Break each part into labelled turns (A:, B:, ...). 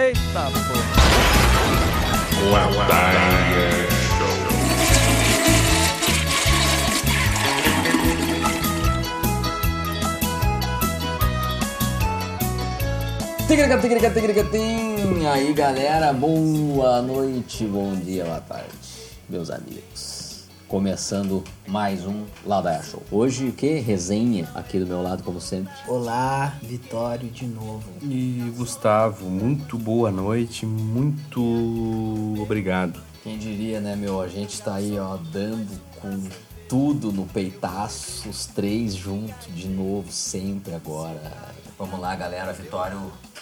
A: Eita porra!
B: Tigricam, tigricam, tigricam, tim. Aí galera, boa noite, bom dia, boa tarde, meus amigos. Começando mais um Ladaia Show. Hoje o que? Resenha aqui do meu lado, como sempre.
C: Olá, Vitório de novo.
D: E Gustavo, muito boa noite, muito obrigado.
B: Quem diria, né, meu? A gente tá aí, ó, dando com tudo no peitaço, os três juntos de novo, sempre agora. Vamos lá, galera. Vitório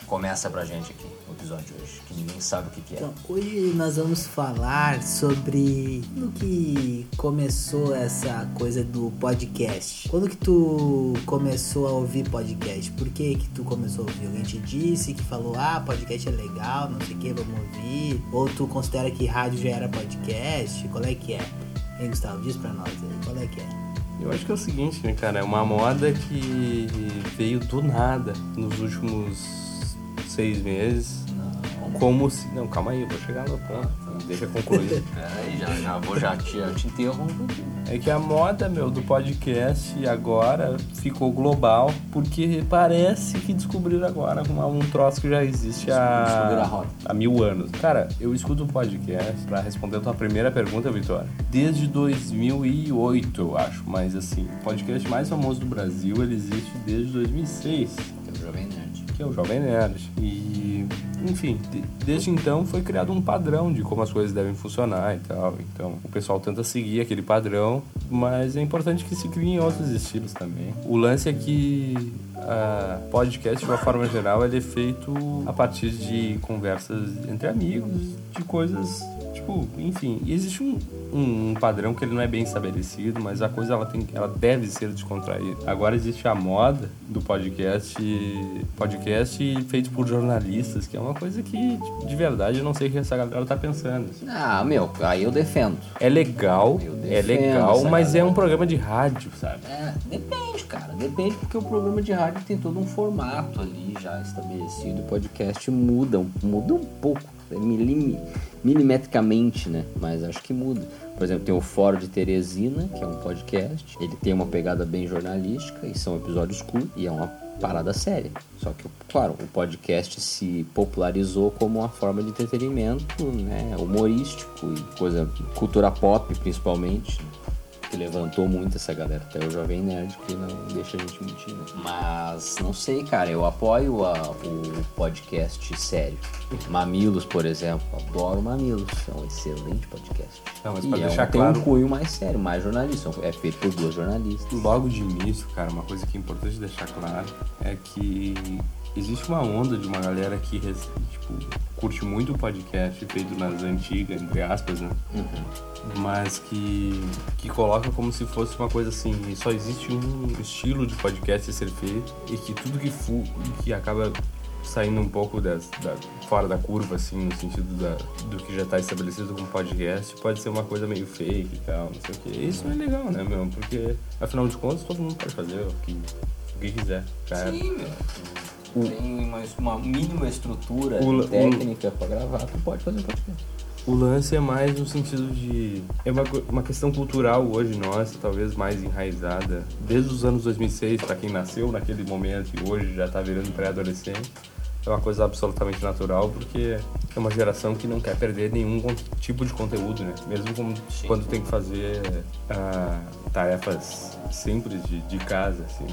B: começa pra gente aqui o episódio de hoje, que ninguém sabe o que, que é.
C: Então, hoje nós vamos falar sobre quando que começou essa coisa do podcast. Quando que tu começou a ouvir podcast? Por que que tu começou a ouvir? Alguém te disse que falou, ah, podcast é legal, não sei o que, vamos ouvir. Ou tu considera que rádio já era podcast? Qual é que é? Hein, Gustavo, diz pra nós aí, qual é que é?
D: Eu acho que é o seguinte, né, cara? É uma moda que veio do nada nos últimos seis meses. Como se. Não, calma aí, eu vou chegar no ponto. Deixa eu concluir.
B: Peraí, É, já, já vou já te, eu te interrompo né, aqui.
D: É que a moda, meu, do podcast agora ficou global, porque parece que descobriram agora uma- um troço que já existe
B: Descobriram a
D: há,
B: roda.
D: há mil anos. Cara, eu escuto um podcast, pra responder a tua primeira pergunta, Vitória, desde 2008, eu acho, mas assim, o podcast mais famoso do Brasil, ele existe desde 2006
B: Que é o Jovem Nerd.
D: que é o Jovem Nerd. E, enfim, de- desde então foi criado um padrão de como as coisas devem funcionar e tal. Então o pessoal tenta seguir aquele padrão, mas é importante que se criem outros estilos também. O lance é que a podcast, de uma forma geral, ele é feito a partir de conversas entre amigos, de coisas Tipo, enfim, e existe um, um- um padrão que ele não é bem estabelecido, mas a coisa ela, tem, ela deve ser descontraída. Agora existe a moda do podcast, podcast feito por jornalistas, que é uma coisa que, tipo, de verdade, eu não sei o que essa galera tá pensando. assim.
B: Ah, meu, aí eu defendo.
D: É legal,
B: Eu
D: é
B: defendo
D: legal,
B: essa
D: mas é
B: galera.
D: um programa de rádio, sabe?
B: É, depende, cara. Depende porque o programa de rádio tem todo um formato ali já estabelecido. O podcast muda, um- muda um pouco, é milim, milimetricamente, né? Mas acho que muda. Por exemplo, tem o Fórum de Teresina, que é um podcast. Ele tem uma pegada bem jornalística e são episódios curtos e é uma parada séria. Só que, claro, o podcast se popularizou como uma forma de entretenimento, né? Humorístico e coisa, cultura pop principalmente que levantou muito essa galera, até o Jovem Nerd, que não deixa a gente mentir, né? Mas, não sei, cara, eu apoio a- o podcast sério. Mamilos, por exemplo, adoro Mamilos, é um excelente podcast.
D: Não, mas
B: e
D: pra
B: é
D: deixar
B: um, tem
D: claro-
B: um cunho mais sério, mais jornalista, é feito por duas jornalistas.
D: Logo de início, cara, uma coisa que é importante deixar claro é que existe uma onda de uma galera que res- tipo, curte muito o podcast feito nas antigas, entre aspas, né? Mas que, que coloca como se fosse uma coisa assim, só existe um estilo de podcast a ser feito e que tudo que, fu que acaba saindo um pouco das, da, fora da curva, assim, no sentido da, do que já está estabelecido como podcast, pode ser uma coisa meio fake e tal, não sei o quê. Isso não é legal, né, meu? Porque, afinal de contas, todo mundo pode fazer o que, o que quiser. cara.
B: meu. Tem uma, mínima estrutura
D: O-
B: técnica pra gravar, tu pode fazer um podcast.
D: O lance é mais no sentido de. É uma, co- uma questão cultural hoje nossa, talvez mais enraizada. Desde os anos 2006, pra quem nasceu naquele momento e hoje já tá virando pré-adolescente, é uma coisa absolutamente natural, porque é uma geração que não quer perder nenhum con- tipo de conteúdo, né? Mesmo como- quando tem que fazer ah, tarefas simples de, de casa, assim.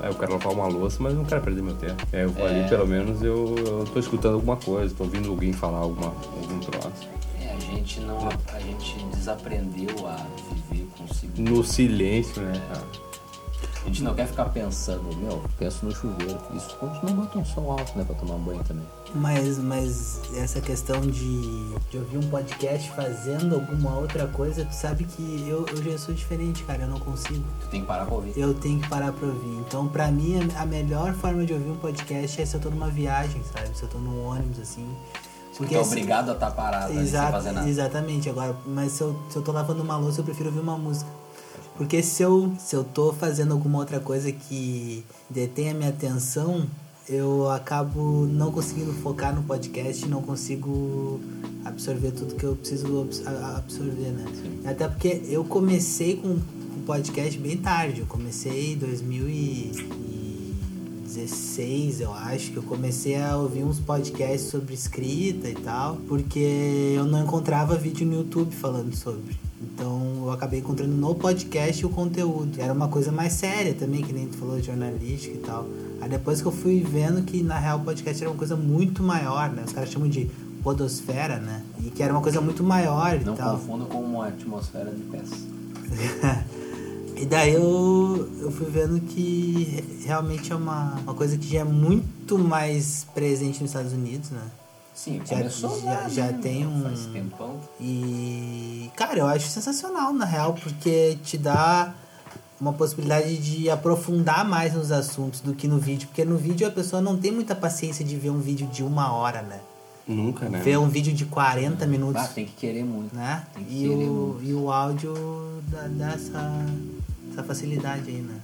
D: Ah, Eu quero lavar uma louça, mas não quero perder meu tempo. É, eu vou ali, pelo menos, eu, eu tô escutando alguma coisa, tô ouvindo alguém falar alguma, algum troço.
B: É, a gente não. A gente desaprendeu a viver consigo.
D: no silêncio, né, cara?
B: A gente não quer ficar pensando, meu, penso no chuveiro. Isso quando tu não bota um som alto, né, pra tomar banho também.
C: Mas, mas essa questão de, de ouvir um podcast fazendo alguma outra coisa, tu sabe que eu, eu já sou diferente, cara, eu não consigo.
B: Tu tem que parar pra ouvir.
C: Eu tenho que parar pra ouvir. Então, pra mim, a a melhor forma de ouvir um podcast é se eu tô numa viagem, sabe? Se eu tô num ônibus, assim.
B: Porque é
C: assim-
B: obrigado a estar parado ali, né, sem
C: Exa-
B: fazer nada.
C: Exatamente, agora, mas se eu, se eu tô lavando uma louça, eu prefiro ouvir uma música. Porque se eu, se eu tô fazendo alguma outra coisa que detém a minha atenção, eu acabo não conseguindo focar no podcast, não consigo absorver tudo que eu preciso abs- a- absorver, né? Até porque eu comecei com o podcast bem tarde, eu comecei em 2016, eu acho, que eu comecei a ouvir uns podcasts sobre escrita e tal, porque eu não encontrava vídeo no YouTube falando sobre. Então eu acabei encontrando no podcast o conteúdo. Era uma coisa mais séria também, que nem tu falou de jornalística e tal. Aí depois que eu fui vendo que na real o podcast era uma coisa muito maior, né? Os caras chamam de podosfera, né? E que era uma coisa muito maior e
B: Não
C: tal.
B: confunda com uma atmosfera de peça.
C: e daí eu, eu fui vendo que re- realmente é uma, uma coisa que já é muito mais presente nos Estados Unidos, né?
B: Sim,
C: Já-
B: começou
C: já-
B: lá,
C: já
B: né?
C: tem um-
B: Faz tempão.
C: E, cara, eu acho sensacional, na real, porque te dá uma possibilidade de aprofundar mais nos assuntos do que no vídeo. Porque no vídeo a pessoa não tem muita paciência de ver um vídeo de uma hora, né?
D: Nunca, né?
C: Ver um vídeo de 40 minutos,
B: Ah, tem que querer muito.
C: né?
B: tem que
C: E
B: querer
C: o, e o áudio dá, dá essa, essa facilidade aí, né?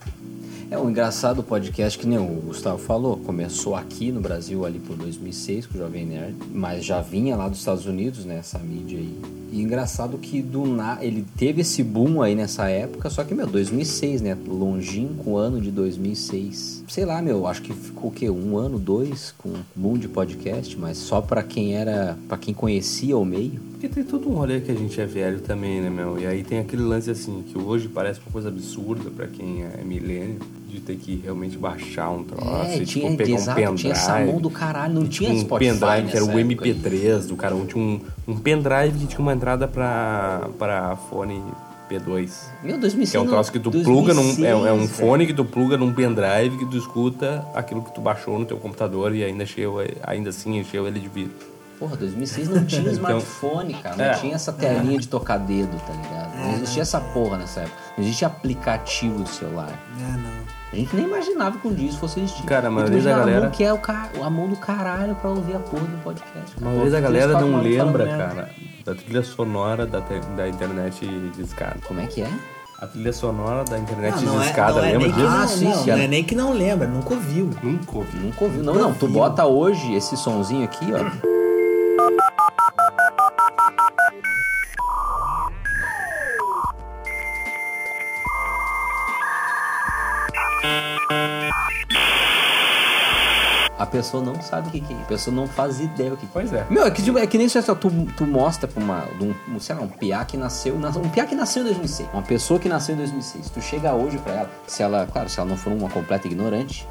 B: É um engraçado podcast que nem o Gustavo falou, começou aqui no Brasil ali por 2006 com o Jovem Nerd, mas já vinha lá dos Estados Unidos, né, essa mídia aí. E engraçado que do na ele teve esse boom aí nessa época, só que meu 2006, né, longínquo ano de 2006. Sei lá, meu, acho que ficou o quê? Um ano, dois com um boom de podcast, mas só pra quem era, pra quem conhecia o meio.
D: Porque tem todo um rolê que a gente é velho também, né, meu? E aí tem aquele lance assim, que hoje parece uma coisa absurda pra quem é milênio, de ter que realmente baixar um troço
B: é,
D: e,
B: tinha,
D: tipo, pegar um
B: exato,
D: pendrive.
B: tinha essa mão do caralho, não
D: E,
B: tinha
D: tipo, um
B: Spotify
D: pendrive, que era
B: nessa
D: o
B: época aí.
D: MP3 do cara, um- tinha um, um pendrive que tinha uma entrada pra, pra fone P2.
B: Meu, 2006
D: Que é um
B: não-
D: troço que tu pluga num. É, é um
B: 2006,
D: fone que tu pluga num pendrive que tu escuta aquilo que tu baixou no teu computador e ainda, encheu, ainda assim encheu ele de vidro.
B: Porra, 2006 não tinha um smartphone, cara. Não
D: Então, É.
B: tinha essa telinha de tocar dedo, tá ligado? Não existia essa porra nessa época. Não existia aplicativo do celular.
C: É, não.
B: A gente nem imaginava que um dia isso fosse existir.
D: Cara,
B: E
D: a
B: tu
D: maioria da
B: imaginava
D: galera-
B: a mão que é o ca- a mão do caralho pra ouvir a porra do podcast.
D: A
B: cara.
D: maioria da
B: Três,
D: galera
B: quatro
D: não
B: horas falando
D: lembra,
B: merda.
D: cara, da trilha sonora da, te- da internet discada.
B: Como é que é?
D: A trilha sonora da internet
C: não, não é,
D: discada,
C: não é
D: lembra
C: nem que
D: disso?
C: não,
B: Ah, sim,
C: não,
B: sim.
C: não é nem que não lembra, nunca ouviu.
D: Nunca ouvi.
B: Nunca ouviu. Não, não. Tu bota hoje esse sonzinho aqui, ó. A pessoa não sabe o que, que é. A pessoa não faz ideia o que, que
D: Pois é.
B: meu, é que, tipo, é que nem se tu, tu mostra pra uma, de um, um, sei lá, um piá que nasceu, nas- um piá que nasceu em 2006, uma pessoa que nasceu em 2006, tu chega hoje pra ela, se ela, claro, se ela não for uma completa ignorante,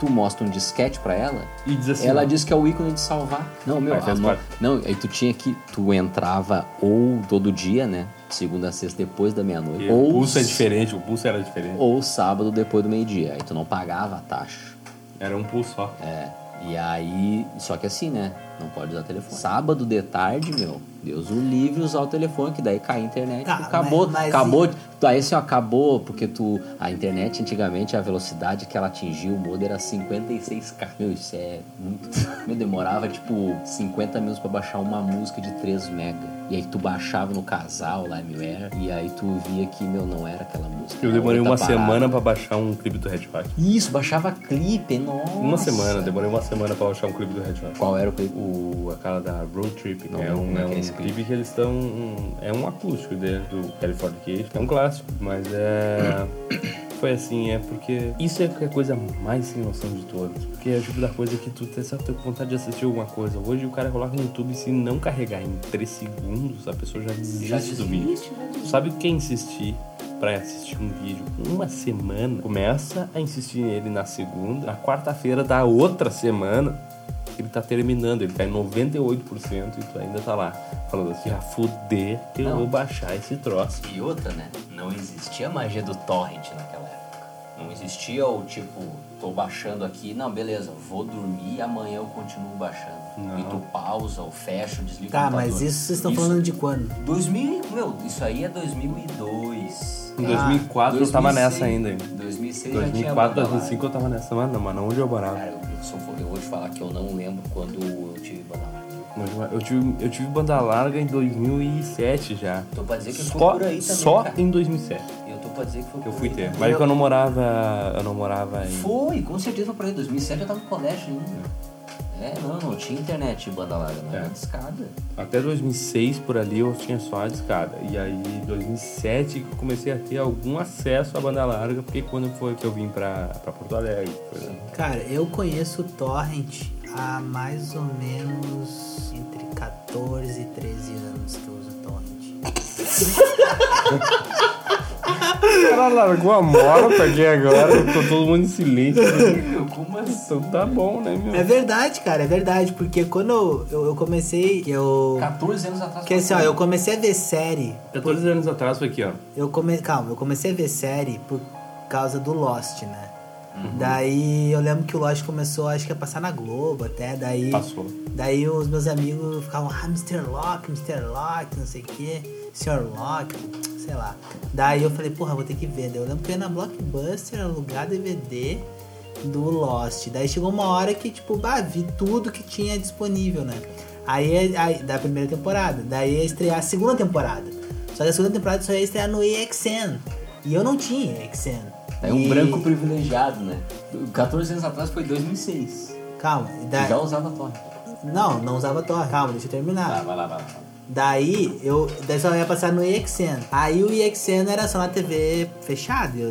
B: tu mostra um disquete pra ela,
D: E diz assim,
B: ela
D: ó,
B: diz que é o ícone de salvar. Não, meu,
D: Aí faz
B: a no-
D: parte.
B: não, aí tu tinha que, tu entrava ou todo dia, né, segunda a sexta depois da meia-noite,
D: que o
B: ou,
D: pulso é diferente, o pulso era diferente.
B: ou sábado depois do meio-dia, aí tu não pagava a taxa.
D: Era um pulso só.
B: É, e aí, só que assim, né? Não pode usar telefone. Sábado de tarde, meu, Deus o livre usar o telefone, que daí cai a internet.
C: Tá,
B: tu acabou,
C: mas- mas
B: acabou. Aí assim, ó, acabou, porque tu. A internet antigamente, a velocidade que ela atingiu o modo era 56k. Meu, isso é muito. Meu, demorava tipo 50 minutos pra baixar uma música de 3 mega. E aí tu baixava no casal, Limeware, e aí tu via que, meu, não era aquela música.
D: Eu
B: era
D: demorei
B: outra
D: uma
B: parada.
D: semana pra baixar um clipe do Red Hot.
B: Isso, baixava clipe, nossa.
D: Uma semana, demorei uma semana pra baixar um clipe do Red Hot.
B: Qual era o clipe?
D: o, aquela da Road Trip,
B: Não,
D: que é
B: não,
D: um,
B: não é
D: é um
B: esse clipe.
D: clipe que eles estão. É um acústico dele, do California Cage, é um clássico, mas é. Foi assim, é porque isso é a coisa mais sem noção de todas. Porque é o tipo da coisa que tu tem certa vontade de assistir alguma coisa. Hoje o cara coloca no YouTube e se não carregar em 3 segundos, a pessoa já desiste, do vídeo. Tu Sabe o que é insistir pra assistir um vídeo uma semana? Começa a insistir nele na segunda, na quarta-feira da outra semana, ele tá terminando, ele tá em 98% e tu ainda tá lá falando assim, ah, fuder, eu
B: Não.
D: vou baixar esse troço.
B: E outra, né? Não existia a magia do torrent naquela época. Não existia o tipo, tô baixando aqui, não, beleza, vou dormir e amanhã eu continuo baixando.
D: Não.
B: E tu pausa, ou fecha, ou desliga
C: Tá,
B: o computador.
C: mas isso vocês estão falando de quando?
B: 2000, e- meu, isso aí é 2002.
D: Em
B: Ah,
D: 2004 eu tava
B: 2006.
D: nessa ainda. Em
B: 2006 já tinha
D: 2004,
B: banda lá.
D: 2005 eu tava nessa, mano, mas não onde eu morava.
B: Cara, eu, se eu for- eu vou te falar que eu não lembro quando eu tive banda lá.
D: Não, eu- Eu tive, eu tive banda larga em 2007 já.
B: Então pra dizer que eu tô
D: Só,
B: por aí também,
D: só
B: cara.
D: em 2007.
B: Eu tô pode dizer que foi
D: Eu
B: por né?
D: fui
B: aí.
D: ter. Mas é que eu não morava. Eu não morava em.
B: Foi, com certeza foi por aí. 2007 eu tava no colégio ainda. É, não, não tinha internet em banda larga, não
D: É.
B: era discada.
D: Até 2006 por ali eu tinha só a discada. E aí em 2007 que eu comecei a ter algum acesso à banda larga, porque quando foi que eu vim pra, pra Porto Alegre. por exemplo.
C: Cara, eu conheço o Torrent há mais ou menos entre 14 e 13 anos que eu uso Torrent.
D: O cara largou a mola, peguei agora, tô todo mundo em silêncio. Meu, como assim? Então tá bom, né, meu?
C: É verdade, cara, é verdade, porque quando eu, eu, eu comecei, eu.
B: 14 anos atrás.
C: Porque assim, ó, eu comecei a ver série.
D: 14 anos atrás foi aqui, ó.
C: Eu come... Calma, eu comecei a ver série por causa do Lost, né?
D: Uhum.
C: Daí eu lembro que o Lost começou, acho que a passar na Globo até, daí.
D: Passou.
C: Daí os meus amigos ficavam, ah, Mr. Locke, Mr. Locke, não sei o quê, Sr. Locke, sei lá. Daí eu falei, porra, vou ter que ver. Daí eu lembro que eu ia na Blockbuster alugar DVD do Lost. Daí chegou uma hora que, tipo, bah, vi tudo que tinha disponível, né? Aí, aí- da primeira temporada. Daí ia estrear a segunda temporada. Só que a segunda temporada só ia estrear no EXN. E eu não tinha EXN.
B: É um
C: E-
B: branco privilegiado, né? 14 anos atrás foi 2006.
C: Calma, e daí...
B: Já usava torre.
C: Não, não usava torre. Calma, deixa eu terminar.
B: Ah, vai lá, vai lá.
C: Daí eu daí só ia passar no EXN. Aí o EXN era só na TV fechada. E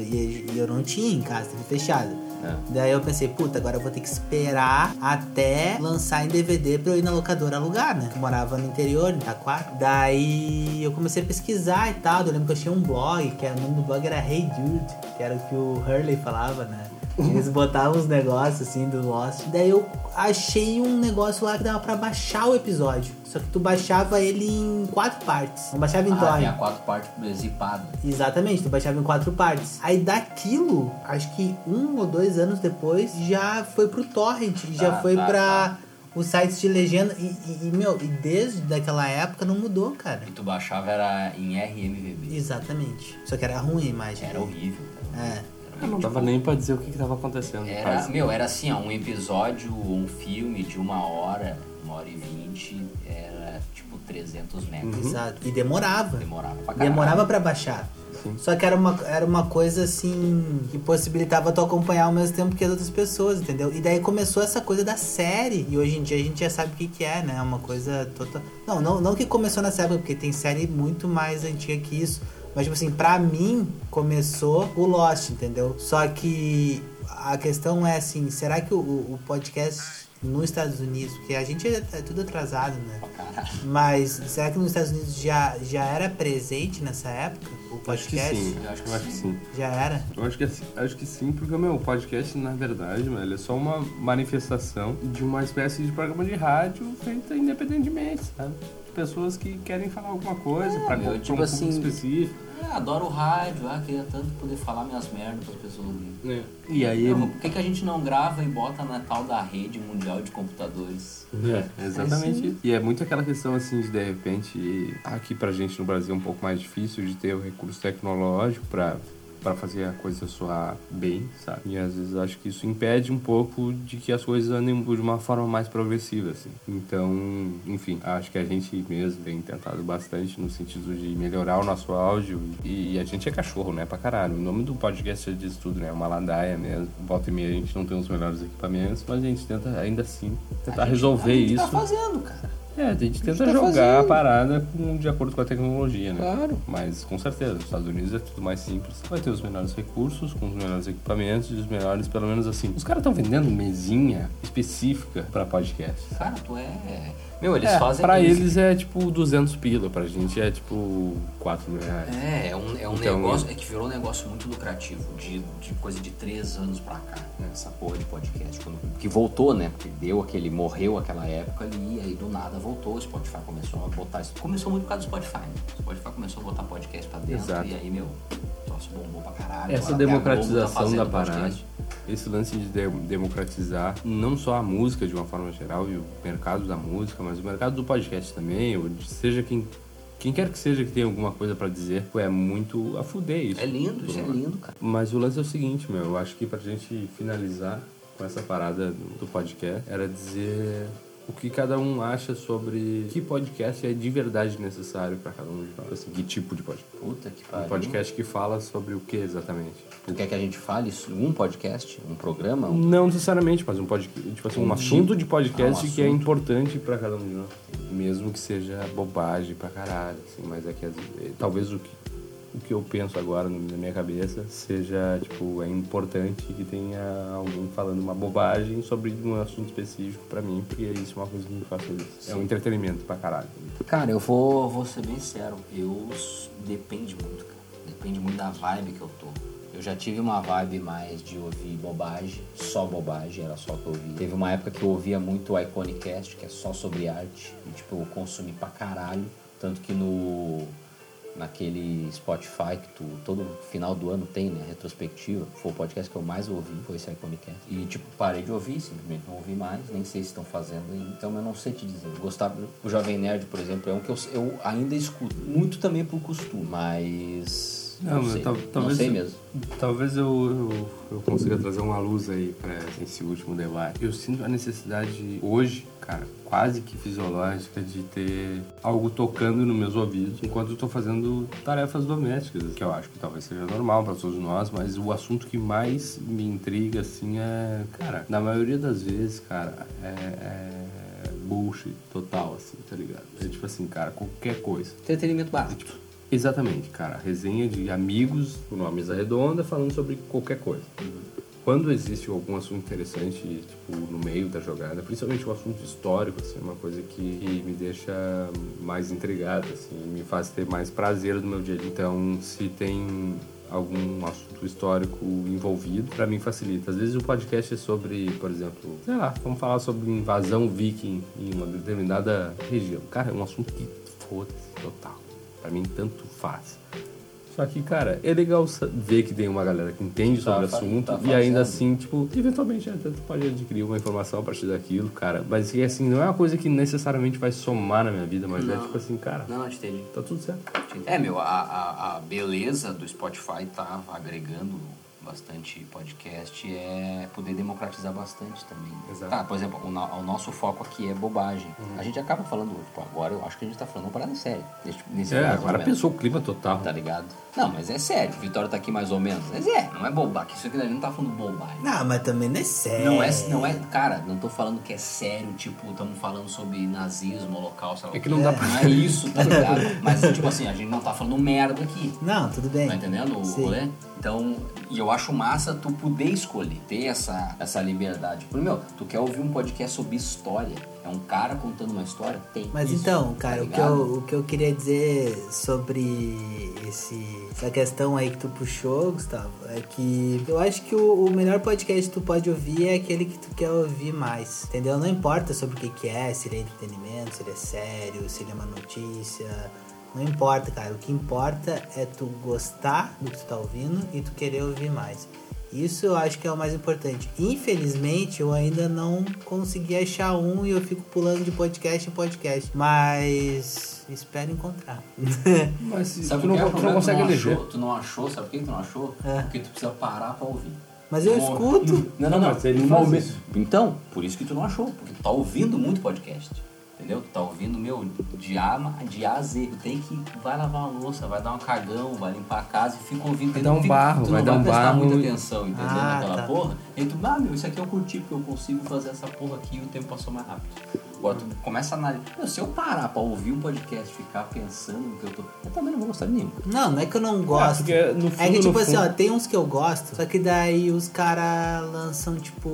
C: eu, e eu não tinha em casa TV fechada.
B: É.
C: Daí eu pensei, puta, agora eu vou ter que esperar até lançar em DVD pra eu ir na locadora alugar, né? Eu morava no interior, em Itaquara. Daí eu comecei a pesquisar e tal. Eu lembro que eu tinha um blog, que era, o nome do blog era Hey Dude, que era o que o Hurley falava, né? Eles botavam uns negócios assim do Lost. Daí eu achei um negócio lá que dava pra baixar o episódio. Só que tu baixava ele em quatro partes. Não baixava em
B: Ah,
C: torre.
B: tem a quatro partes zipada.
C: Exatamente, tu baixava em quatro partes. Aí daquilo, acho que um ou dois anos depois, já foi pro torrent, já
B: Tá,
C: foi
B: tá,
C: pra os sites de legenda. E, e- e, meu, e desde daquela época não mudou, cara.
B: E tu baixava era em RMVB.
C: Exatamente. Só que era ruim a imagem.
B: Era horrível. cara.
C: É.
D: Eu não dava nem pra dizer o que que tava acontecendo.
B: Era,
D: quase.
B: meu, era assim, ó, um episódio, um filme de uma hora, uma hora e vinte, era tipo 300 metros.
C: Exato. E demorava.
B: Demorava pra caralho.
C: Uhum. Demorava pra baixar. Só que era uma, era uma coisa assim que possibilitava tu acompanhar ao mesmo tempo que as outras pessoas, entendeu? E daí começou essa coisa da série. E hoje em dia a gente já sabe o que, que é, né? É Uma coisa total. Não, não, não que começou nessa época, porque tem série muito mais antiga que isso. Mas, tipo assim, pra mim começou o Lost, entendeu? Só que a questão é assim: será que o, o podcast nos Estados Unidos, porque a gente é, é tudo atrasado, né?
B: Caralho.
C: Mas será que nos Estados Unidos já, já era presente nessa época? O
D: Acho que
C: podcast?
D: sim,
B: Eu acho que
D: eu acho que sim.
C: Já era?
D: Eu acho que, assim- acho que sim, porque meu, o podcast, na verdade, mano, ele é só uma manifestação de uma espécie de programa de rádio feita independentemente, sabe? De pessoas que querem falar alguma coisa pra,
B: meu,
D: pra
B: tipo
D: um
B: assim-
D: público específico.
B: Ah, adoro o rádio, ah, queria tanto poder falar minhas merdas pras pessoas ouvirem.
D: E aí...
B: Não, Por que, que a gente não grava e bota na tal da rede mundial de computadores?
D: É, exatamente isso. E é muito aquela questão assim de de repente aqui pra gente no Brasil é um pouco mais difícil de ter o recurso tecnológico pra para fazer a coisa soar bem, sabe? E às vezes acho que isso impede um pouco de que as coisas andem de uma forma mais progressiva, assim. Então, enfim, acho que a gente mesmo tem tentado bastante no sentido de melhorar o nosso áudio. E, e a gente é cachorro, né? Pra caralho. O nome do podcast diz tudo, né? É uma ladaia mesmo. Volta e meia a gente não tem os melhores equipamentos, mas a gente tenta ainda assim tentar resolver
B: A gente
D: isso.
B: tá fazendo, cara.
D: É, a gente tenta
B: tá
D: jogar
B: fazendo.
D: a parada com- de acordo com a tecnologia, né?
B: Claro.
D: Mas com certeza, nos Estados Unidos é tudo mais simples. Vai ter os melhores recursos, com os melhores equipamentos e os melhores, pelo menos assim. Os caras estão vendendo mesinha específica pra podcast.
B: Cara, tu é. Meu, eles
D: é,
B: fazem.
D: pra
B: aqueles-
D: eles é tipo 200 pila, pra gente é tipo 4 mil reais.
B: É, é um, é um
D: Então,
B: negócio. É que virou um negócio muito lucrativo, de, de coisa de três anos pra cá, né? Essa porra de podcast. quando- que voltou, né? Porque deu aquele. Morreu aquela época ali, e aí do nada voltou. O Spotify começou a botar. isso- Começou muito por causa do Spotify, né? O Spotify começou a botar podcast pra dentro,
D: Exato.
B: e aí, meu, o troço bombou pra caralho.
D: Essa
B: Agora até a Globo tá
D: democratização da
B: fazendo
D: parada,
B: podcast.
D: esse lance de de- democratizar não só a música de uma forma geral e o mercado da música, mas o mercado do podcast também, ou de- seja quem quem quer que seja que tenha alguma coisa pra dizer, pô, é muito a fuder isso.
B: É lindo,
D: Por
B: isso é
D: uma-
B: lindo, cara.
D: mas o lance é o seguinte, meu, eu acho que pra gente finalizar com essa parada do do podcast, era dizer o que cada um acha sobre que podcast é de verdade necessário para cada um de nós. Assim, que tipo de podcast?
B: Puta que
D: Um
B: pariu.
D: podcast que fala sobre o que exatamente?
B: Tu quer que a gente fale isso em um podcast? Um programa? Um...
D: Não necessariamente, mas um podcast, tipo assim, um assunto de podcast
B: Ah, um
D: que é
B: assunto.
D: importante pra cada um de nós. Mesmo que seja bobagem pra caralho, assim, mas é que às vezes- talvez o que, o que eu penso agora no- na minha cabeça seja, tipo, é importante que tenha alguém falando uma bobagem sobre um assunto específico pra mim, porque isso é uma coisa que me faz feliz. É um entretenimento pra caralho.
B: Cara, eu vou, vou ser bem sincero. Eu s- depende muito, cara. Depende muito da vibe que eu tô. Eu já tive uma vibe mais de ouvir bobagem, só bobagem, era só o que eu ouvia. Teve uma época que eu ouvia muito o Iconicast, que é só sobre arte. E, tipo, eu consumi pra caralho. Tanto que no. Naquele Spotify que tu todo final do ano tem, né? Retrospectiva. Foi o podcast que eu mais ouvi, foi esse Iconicast. E, tipo, parei de ouvir, simplesmente não ouvi mais, nem sei se estão fazendo, ainda, então eu não sei te dizer. Gostar, o Jovem Nerd, por exemplo, é um que eu, eu ainda escuto. Muito também por costume, mas. Não, sei,
D: tal-
B: não
D: talvez-
B: sei mesmo.
D: Talvez eu, eu, eu consiga trazer uma luz aí pra esse último debate. Eu sinto a necessidade hoje, cara, quase que fisiológica, de ter algo tocando nos meus ouvidos enquanto eu tô fazendo tarefas domésticas, que eu acho que talvez seja normal pra todos nós, mas o assunto que mais me intriga, assim, é. Cara, na maioria das vezes, cara, é. é bullshit total, assim, tá ligado? É tipo assim, cara, qualquer coisa.
B: Entretenimento básico.
D: Exatamente, cara. Resenha de amigos, numa mesa redonda, falando sobre qualquer coisa. Quando existe algum assunto interessante, tipo, no meio da jogada, principalmente um assunto histórico, assim, uma coisa que, que me deixa mais intrigado, assim, me faz ter mais prazer no meu dia a dia. Então, se tem algum assunto histórico envolvido, pra mim facilita. Às vezes o podcast é sobre, por exemplo, sei lá, vamos falar sobre invasão viking em uma determinada região. Cara, é um assunto que foda-se total. Pra mim, tanto faz. Só que, cara, é legal sa- ver que tem uma galera que entende
B: Tá
D: sobre o
B: fa-
D: assunto
B: tá
D: e
B: fazendo.
D: ainda assim, tipo, eventualmente até tu pode adquirir uma informação a partir daquilo, cara. Mas que assim, não é uma coisa que necessariamente vai somar na minha vida, mas é
B: Não.
D: tipo assim, cara,
B: Não, te entendi.
D: tá tudo certo.
B: É, meu, a, a, a beleza do Spotify tá agregando bastante podcast é poder democratizar bastante também.
D: Exato. Uhum.
B: Tá, por exemplo, o, no- o nosso foco aqui é bobagem. A gente acaba falando, tipo, agora eu acho que a gente tá falando uma parada séria. Nesse, nesse
D: É,
B: caso,
D: agora
B: pelo menos.
D: pensou o clima total.
B: Tá ligado? Não, mas é sério. Vitória tá aqui mais ou menos. Mas é, não é bobagem. Isso aqui a gente não tá falando bobagem.
C: Não, mas também não é sério.
B: Não é, não é, cara, não tô falando que é sério, tipo, estamos falando sobre nazismo, holocausto, sei lá
D: É
B: o
D: que
B: quê.
D: não dá pra.
B: Não é isso, tá ligado? Mas, tipo assim, a gente não tá falando merda aqui.
C: Não, tudo bem.
B: Tá entendendo o
C: Sim.
B: rolê? Então, e eu acho massa tu poder escolher, ter essa, essa liberdade. Porque, meu, tu quer ouvir um podcast sobre história. É um cara contando uma história? Tem.
C: Mas
B: isso,
C: então,
B: tá
C: cara, o, que
B: ligado?
C: eu, o que eu queria dizer sobre esse- essa questão aí que tu puxou, Gustavo, é que eu acho que o, o melhor podcast que tu pode ouvir é aquele que tu quer ouvir mais, entendeu? Não importa sobre o que, que é, se ele é entretenimento, se ele é sério, se ele é uma notícia. Não importa, cara. O que importa é tu gostar do que tu tá ouvindo e tu querer ouvir mais. Isso eu acho que é o mais importante. Infelizmente, eu ainda não consegui achar um e eu fico pulando de podcast em podcast. Mas espero encontrar.
D: Mas se
B: Sabe
D: tu
B: o
D: não,
B: que é o
D: tu não
B: problema?
D: consegue
B: tu, não
D: eleger.
B: achou, tu não achou, sabe por que tu não achou?
C: É.
B: Porque tu precisa parar pra ouvir.
C: Mas eu
B: Ou-
C: escuto.
B: Não, não, não.
D: Mas ele
B: Tu
D: faz
B: ouve-
D: isso.
B: Então, por isso que tu não achou, porque tu tá ouvindo muito podcast. Entendeu? Tu tá ouvindo, meu, de A, ma- de a a Z. Tu tem que vai lavar uma louça, vai dar um cagão, vai limpar a casa e fica ouvindo.
D: Vai
B: Tu
D: dar
B: não
D: um
B: fica-
D: barro,
B: tu
D: vai
B: não
D: dar um
B: prestar
D: barro
B: muita
D: e-
B: atenção, entendeu?
C: Ah,
B: Naquela
C: tá.
B: porra. E tu, ah, meu, isso aqui eu curti porque eu consigo fazer essa porra aqui e o tempo passou mais rápido. Agora tu começa a analisar. Meu, se eu parar pra ouvir um podcast e ficar pensando no que eu tô. Eu também não vou gostar de nenhum.
C: Não, não é que eu não gosto.
D: porque no fundo,
C: é que, tipo
D: no
C: assim,
D: fundo-
C: ó, tem uns que eu gosto, só que daí os caras lançam, tipo,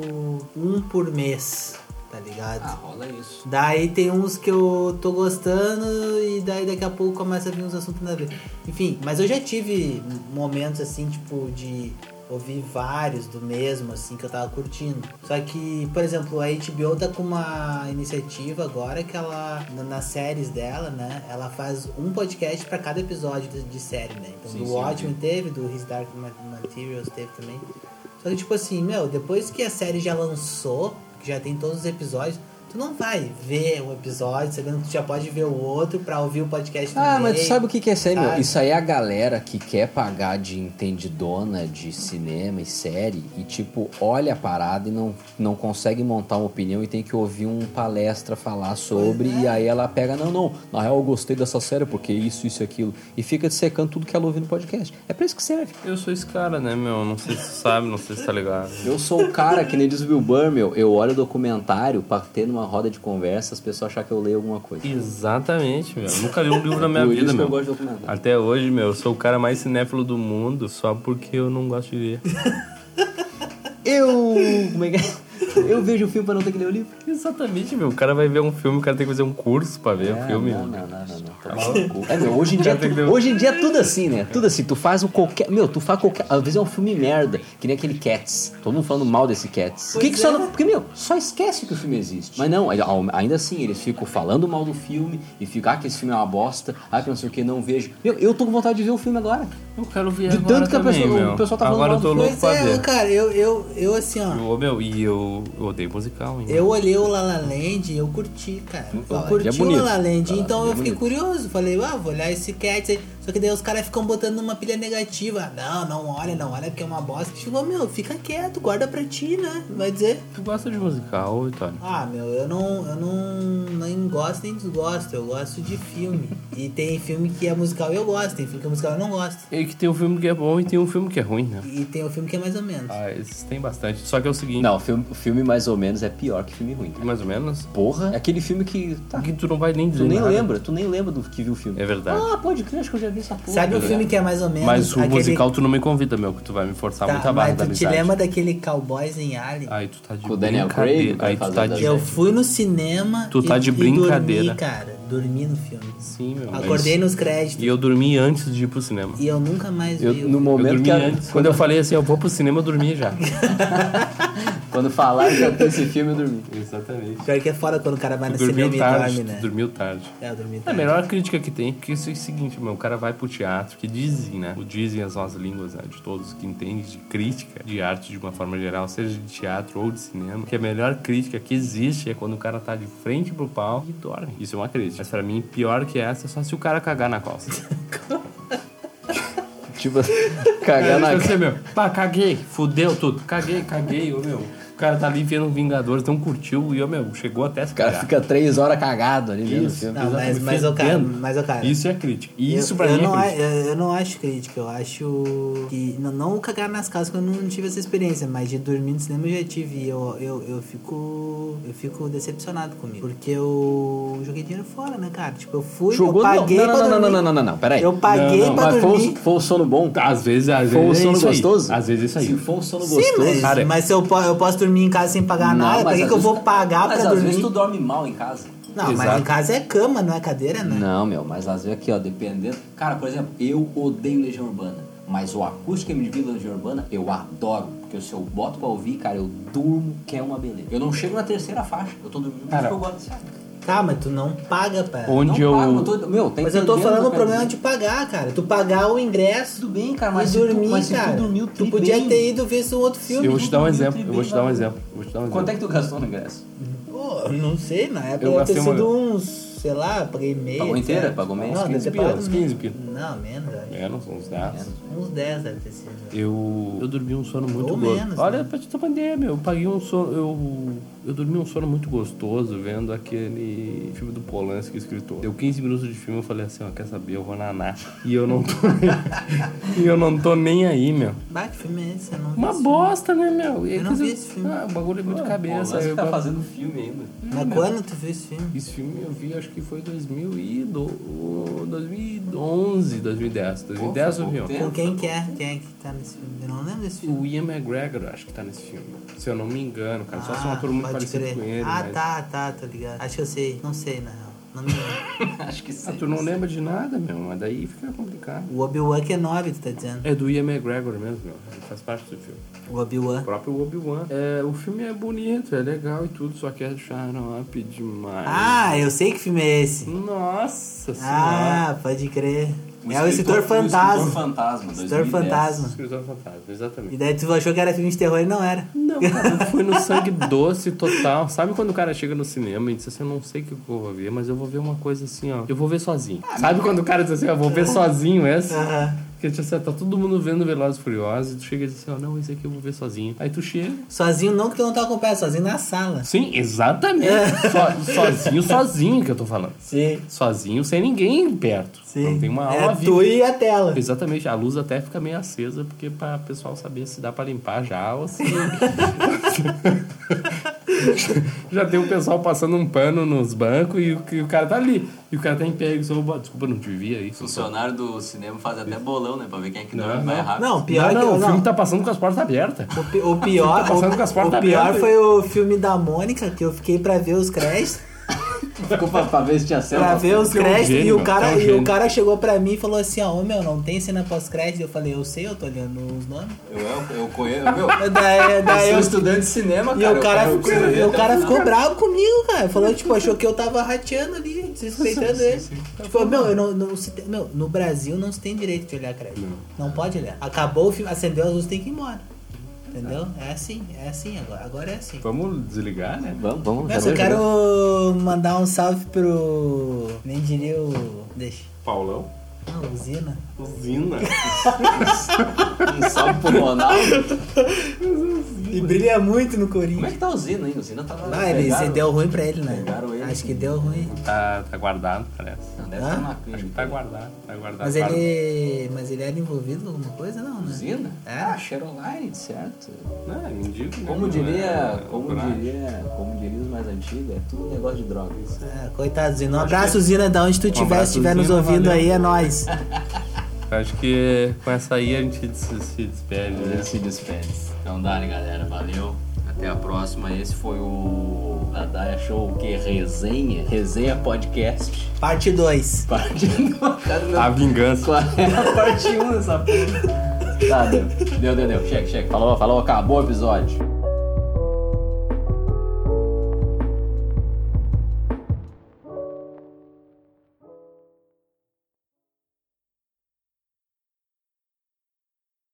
C: um por mês, tá ligado?
B: Ah, rola isso.
C: Daí tem uns que eu tô gostando e daí daqui a pouco começa a vir uns assuntos nada a ver. Enfim, mas eu já tive momentos assim, tipo, de ouvir vários do mesmo, assim, que eu tava curtindo. Só que, por exemplo, a HBO tá com uma iniciativa agora que ela, na- nas séries dela, né, ela faz um podcast pra cada episódio de, de série, né? Então,
B: Sim,
C: do
B: sim,
C: Watchmen teve, do His Dark Ma- Materials teve também. Só que, tipo assim, meu, depois que a série já lançou, que já tem todos os episódios, tu Tu não vai ver um episódio sabendo que tu já pode ver o outro pra ouvir o podcast no
B: Ah,
C: meio.
B: mas tu sabe o que, que é sério?
C: sabe?
B: Isso aí é a galera que quer pagar de entendidona de cinema e série e, tipo, olha a parada e não, não consegue montar uma opinião e tem que ouvir um palestra falar sobre e aí ela pega, não, não, na real eu gostei dessa série porque isso, isso e aquilo. E fica dissecando tudo que ela ouviu no podcast. É pra isso que serve.
D: Eu sou esse cara, né, meu? Não sei se tu sabe, não sei se tá ligado.
B: Eu sou o cara que nem diz o Bill Burr, meu, eu olho documentário pra ter numa roda de conversa as pessoas achar que eu leio alguma coisa.
D: Exatamente, meu. Nunca li um livro na minha
B: Por
D: vida,
B: isso que eu
D: meu.
B: gosto de documentário.
D: Até hoje, meu, eu sou o cara mais cinéfilo do mundo só porque eu não gosto de ler.
B: Eu... Como é que é? Eu vejo o filme pra não ter que ler o livro.
D: Exatamente, meu. O cara vai ver um filme, o cara tem que fazer um curso pra ver o
B: É,
D: filme.
B: Não,
D: meu.
B: não, não, não, não. Tá maluco. É, meu, hoje em dia, tu-
D: um-
B: hoje em dia é tudo assim, né? Tudo assim, tu faz o qualquer. Meu, tu faz qualquer. Às vezes é um filme merda, que nem aquele Cats. Todo mundo falando mal desse Cats. Por que, que
C: Pois
B: só
C: é.
B: não. Porque, meu, só esquece que o filme existe. Mas não, ao- ainda assim, eles ficam falando mal do filme e ficam, ah, que esse filme é uma bosta, ah, que não sei o que, não vejo. Meu, eu tô com vontade de ver o filme agora.
D: Eu quero ver
B: De
D: agora
B: tanto que a
D: também,
B: pessoa- o
D: meu.
B: pessoal tá falando
D: Agora eu tô
B: mal do
D: louco
C: Pois
D: pra
C: é,
D: ver.
C: cara, eu, eu, eu assim, ó.
D: Eu, meu, e eu, eu odeio musical, hein? meu.
C: Eu olhei o La La Land e eu curti, cara. Eu
B: La La Land é
C: curti o
B: bonito.
C: La La Land,
B: La La
C: então
B: Land é
C: eu fiquei
B: bonito.
C: curioso. Falei, ah, vou olhar esse Cats aí. Só que daí os caras ficam botando numa pilha negativa. Não, não olha, não olha, porque é uma bosta. Chegou, meu, fica quieto, guarda pra ti, né? Vai dizer.
D: Tu gosta de musical, Vitória?
C: Ah, meu, eu não, eu não, nem gosto nem desgosto, eu gosto de filme. e tem filme que é musical e eu gosto, tem filme que é musical e eu não gosto.
D: É que tem um filme que é bom e tem um filme que é ruim, né?
C: E tem o filme que é mais ou menos.
D: Ah, esses tem bastante. Só que é o seguinte,
B: Não, o filme, o filme mais ou menos é pior que filme ruim. cara.
D: mais ou menos,
B: Porra, é aquele filme que. Tá,
D: que tu não vai nem
B: tu
D: dizer
B: nem
D: nada.
B: lembra, tu nem lembra do que viu o filme.
D: É verdade.
B: Ah, pode crer, acho que eu já vi essa porra.
C: Sabe o
B: tá
C: filme
B: ligado?
C: que é mais ou menos?
D: Mas o
C: Aquele-
D: musical tu não me convida, meu, que tu vai me forçar
C: Tá,
D: muito a barra
C: mas
D: da
C: tu te
D: amizade.
C: lembra daquele Cowboys em Alien?
D: Aí tu tá de
B: Com o Daniel Craig,
D: brincadeira.
B: o cara
D: Aí tu tá
B: fazendo
D: de...
B: as-
C: Eu fui no cinema
D: Tu
C: e,
D: tá de
C: e
D: brincadeira.
C: dormi, cara. Dormi no filme.
D: Sim, meu. mas-
C: Acordei nos créditos
D: E eu dormi antes de ir pro cinema.
C: e eu nunca mais
B: Eu-
C: vi. o
B: no
D: Eu
B: momento
D: dormi
B: que a,
D: antes. Quando eu falei assim, eu vou pro cinema, eu dormi já.
B: Quando falaram que ia ter esse filme, eu dormi.
D: Exatamente.
C: Pior que é foda quando o cara vai no
D: Tu
C: cinema
D: dormiu
C: e
D: tarde,
C: dorme,
D: tu
C: né?
D: dormiu tarde.
C: É, eu dormi
D: É a
C: tarde.
D: melhor crítica que tem, porque isso é o seguinte, meu, o cara vai pro teatro, que dizem, né? O dizem as nossas línguas, né? De todos que entendem de crítica, de arte de uma forma geral, seja de teatro ou de cinema, que a melhor crítica que existe é quando o cara tá de frente pro pau e dorme. Isso é uma crítica. Mas pra mim, pior que essa é só se o cara cagar na calça.
B: Tipo, cagar na
D: Eu sei, meu, pá, caguei, fudeu tudo, caguei, caguei, ô meu. O cara tá ali vendo Vingadores, então curtiu e, ô meu, chegou até se
B: O cara
D: cagar.
B: fica três horas cagado ali vendo o
D: Isso.
B: filme.
C: Não, mas,
D: Exatamente.
C: mas, o cara,
D: Fedendo.
C: mas o cara.
D: Isso é crítica. E
C: eu-
D: isso pra
C: eu
D: mim é
C: não,
D: crítica.
C: a- eu, eu não acho crítica, eu acho que. Não, não cagar nas calças porque eu não tive essa experiência, mas de dormir no cinema eu já tive. E eu, eu, eu fico. Eu fico decepcionado comigo. Porque eu joguei dinheiro fora, né, cara? Tipo, eu fui, eu
B: Jogou
C: paguei
B: não,
C: pra
B: não, não, não,
C: dormir.
B: não, não, não, não, não, peraí.
C: Eu paguei
D: Não, não,
C: pra
B: mas foi,
C: dormir.
B: o- foi o sono bom?
D: Às vezes, Tá, às
B: Foi o
D: vezes. é
B: sono
D: isso aí.
B: gostoso?
D: Às vezes é isso aí.
B: Se for o sono
C: Sim,
B: gostoso... é-
C: mas,
D: cara.
C: mas se eu, po- eu posso dormir em casa sem pagar
B: Não,
C: nada,
B: mas
C: pra é que,
B: às
C: que eu
B: vezes-
C: vou pagar
B: mas
C: pra
B: às vezes
C: dormir?
B: tu dorme mal em casa.
C: Não, mas
D: Exato.
C: em casa é cama, não é cadeira, né?
B: Não, meu, mas às vezes aqui, ó, dependendo... Cara, por exemplo, eu odeio Legião Urbana. Mas o acústico MTV da Legião Urbana, eu adoro. Porque se eu boto pra ouvir, cara, eu durmo que é uma beleza. Eu não chego na terceira faixa. Eu tô dormindo
D: Cara,
B: porque eu gosto. sabe?
C: Tá, mas tu não paga, pra.
D: Onde
B: não pago,
D: eu.
B: eu tô- meu, tá
C: Mas eu tô
B: entendendo,
C: falando o
B: cara?
C: problema de pagar, cara. Tu pagar o ingresso
B: Tudo bem, cara,
C: e
B: mas se
C: dormir,
B: tu, mas se
C: cara.
B: tu dormiu
C: tu
B: tri
C: podia
B: bem,
C: ter ido ver isso em outro filme.
D: eu vou te dar um
B: eu
D: exemplo.
B: tenho
D: Eu vou te dar um
B: bem,
D: exemplo. eu Vou te dar um exemplo.
B: Quanto é que tu gastou no ingresso?
C: Pô, não sei, na época
D: Eu
C: deve ter
D: gastei uma-
C: sido uns, sei lá, paguei meia.
B: Pagou inteira?
C: sei lá.
B: Pagou meia?
C: Não, deve
D: 15
C: ter pagado
D: pila,
C: meia.
D: 15 pila.
C: Não, menos, eu acho.
D: Menos, uns 10.
C: Uns 10 deve ter sido.
D: Eu, eu dormi um sono muito
C: Ou
D: gostoso.
C: menos,
D: Olha,
C: né?
D: pra te ter uma ideia, meu, eu paguei um sono. Eu, eu dormi um sono muito gostoso vendo aquele filme do Polanski, escritor. Deu 15 minutos de filme, eu falei assim, ó, quer saber? Eu vou naná. E eu não tô. e eu não tô nem aí, meu.
C: Bah, que filme é esse? Eu não vi
D: Uma
C: esse
D: bosta, né, meu? E aí
C: Eu não
D: coisa-
C: vi esse filme.
D: Ah, o bagulho é muito cabeça.
B: Pô,
D: aí
B: você
D: eu-
B: tá fazendo filme ainda.
C: filme.
D: né,
C: Mas quando tu viu esse filme?
D: Esse filme eu vi, acho que foi 2012, 2011, 2010. 2010 eu vi, ó.
B: pouco
C: Com quem que é? Quem é que tá nesse filme? Eu não lembro desse filme.
D: O Ian McGregor, acho que tá nesse filme. Se eu não me engano, cara. Só se um
C: Ah,
D: ator muito
C: pode
D: parecido
C: crer.
D: com ele.
C: Ah,
D: mas-
C: tá, tá, tô ligado. Acho que eu sei. Não sei, na real. Não me lembro.
B: Acho que sim.
D: Ah, tu não lembra de nada, meu. Mas daí fica complicado.
C: o Obi-Wan que é 9, tu tá dizendo.
D: É do Ian McGregor mesmo, meu. Ele faz parte do filme.
C: O
D: O
C: Obi-Wan.
D: próprio Obi-Wan. É, o filme é bonito, é legal e tudo, só que é xarope demais.
C: Ah, eu sei que filme é esse.
D: Nossa senhora.
C: Ah, pode crer. É o escritor
B: O
C: fantasma.
B: escritor fantasma.
C: Escritor
B: 2010.
C: fantasma.
D: Escritor fantasma, exatamente.
C: E daí tu achou que era filme de terror e não era.
D: Não, cara, eu fui no sangue doce total. Sabe quando o cara chega no cinema e diz assim, eu não sei o que eu vou ver, mas eu vou ver uma coisa assim, ó. Eu vou ver sozinho. Sabe quando o cara diz assim, ó, vou ver sozinho essa?
C: Ah, Aham.
D: Porque tipo assim, tá todo mundo vendo Velozes e Furiosos e tu chega e diz assim, ó, não, esse aqui eu vou ver sozinho. Aí tu chega...
C: Sozinho não, que tu não tá acompanhado, sozinho na sala.
D: Sim, exatamente.
C: É.
D: So- sozinho, sozinho que eu tô falando.
C: Sim.
D: Sozinho, sem ninguém perto.
C: Sim.
D: Não então tem uma
C: é
D: aula viva.
C: tu e a tela.
D: Exatamente, a luz até fica meio acesa, porque pra pessoal saber se dá pra limpar já ou se. já tem o pessoal passando um pano nos bancos e o, e o cara tá ali. E o cara tá em pé e diz, "Ô, bo- desculpa, não te vi aí.
B: Funcionário do cinema faz até bolão, né? Pra ver quem é que
D: Não,
B: dorme mais
D: não.
B: rápido.
C: Não, pior
D: Pior não,
C: que
D: não,
C: eu-
D: o
C: não.
D: filme tá passando com as portas abertas.
C: O, pi- o pior,
D: Tá passando com as
C: o,
D: portas
C: o pior
D: abertas.
C: foi o filme da Mônica, que eu fiquei pra ver os créditos.
B: Ficou pra, pra ver se tinha cena.
C: pra ver os
D: Porque é um
C: créditos. e,
D: gênio,
C: o cara,
D: é um
C: e o
D: gênio.
C: cara chegou pra mim e falou assim, ó, ô meu, não tem cena pós-crédito. Eu falei, eu sei, eu tô olhando os nomes.
B: Eu, eu, eu conheço. Meu,
C: Daí, daí É, eu
B: eu
D: é
B: sou estudante de cinema,
C: E
B: cara.
C: o cara,
B: eu quero-
C: ficou,
B: eu quero
C: o cara
B: ver até
C: ficou
B: final.
C: bravo comigo, cara. Falou, tipo, achou que eu tava rateando ali, desrespeitando ele. Tipo, meu, eu não, não se tem- meu, no Brasil não se tem direito de olhar crédito. Não, pode olhar. Acabou o filme, acendeu as luzes, tem que ir embora. Entendeu? É assim, é assim agora. Agora é assim.
D: Vamos desligar, né?
B: Vamos, vamos.
C: Mas
B: já
C: eu
B: deu, já deu.
C: quero mandar um salve pro. Nem diria o. Deixa.
D: Paulão,
C: Ah, usina.
D: usina.
B: Um salve pro Ronaldo.
C: E brilha muito no
B: Como é
C: Corinthians.
B: que tá a usina, hein? A usina tava.
C: Ah, ele
B: pegaram?
C: se deu ruim pra ele, né?
B: Pegaram ele.
C: Acho que deu ruim.
D: tá, tá guardado, parece.
B: Não, Deve
C: Hã?
B: estar na
D: Acho que
B: clínica.
D: tá guardado, tá guardado.
C: Mas ele. Mas ele era envolvido com alguma coisa, não, né?
B: Usina?
C: É.
B: Ah, Cheroline, certo.
D: Não, mendigo, né?
B: Como
D: Não
B: diria,
D: é-
B: como
D: coragem.
B: diria, como diria os mais antigos, é tudo negócio de droga.
C: É, coitado, Zina. Um abraço, Zina, da onde tu estiver,
D: um abraço,
C: se estiver nos
D: Zina,
C: ouvindo
D: valeu.
C: aí, é nóis.
D: Eu Acho que com essa aí a gente se, se despede,
B: A
D: né?
B: gente se despede. Então dá, galera. Valeu. Até a próxima. Esse foi o Dadaia Show, o que? Resenha? Resenha Podcast.
C: Parte 2.
B: Parte
D: A
B: 1.
D: vingança.
B: Parte 1 dessa porra. Tá, deu. Deu, deu, deu. Chega, chega. Falou, falou. Acabou o episódio.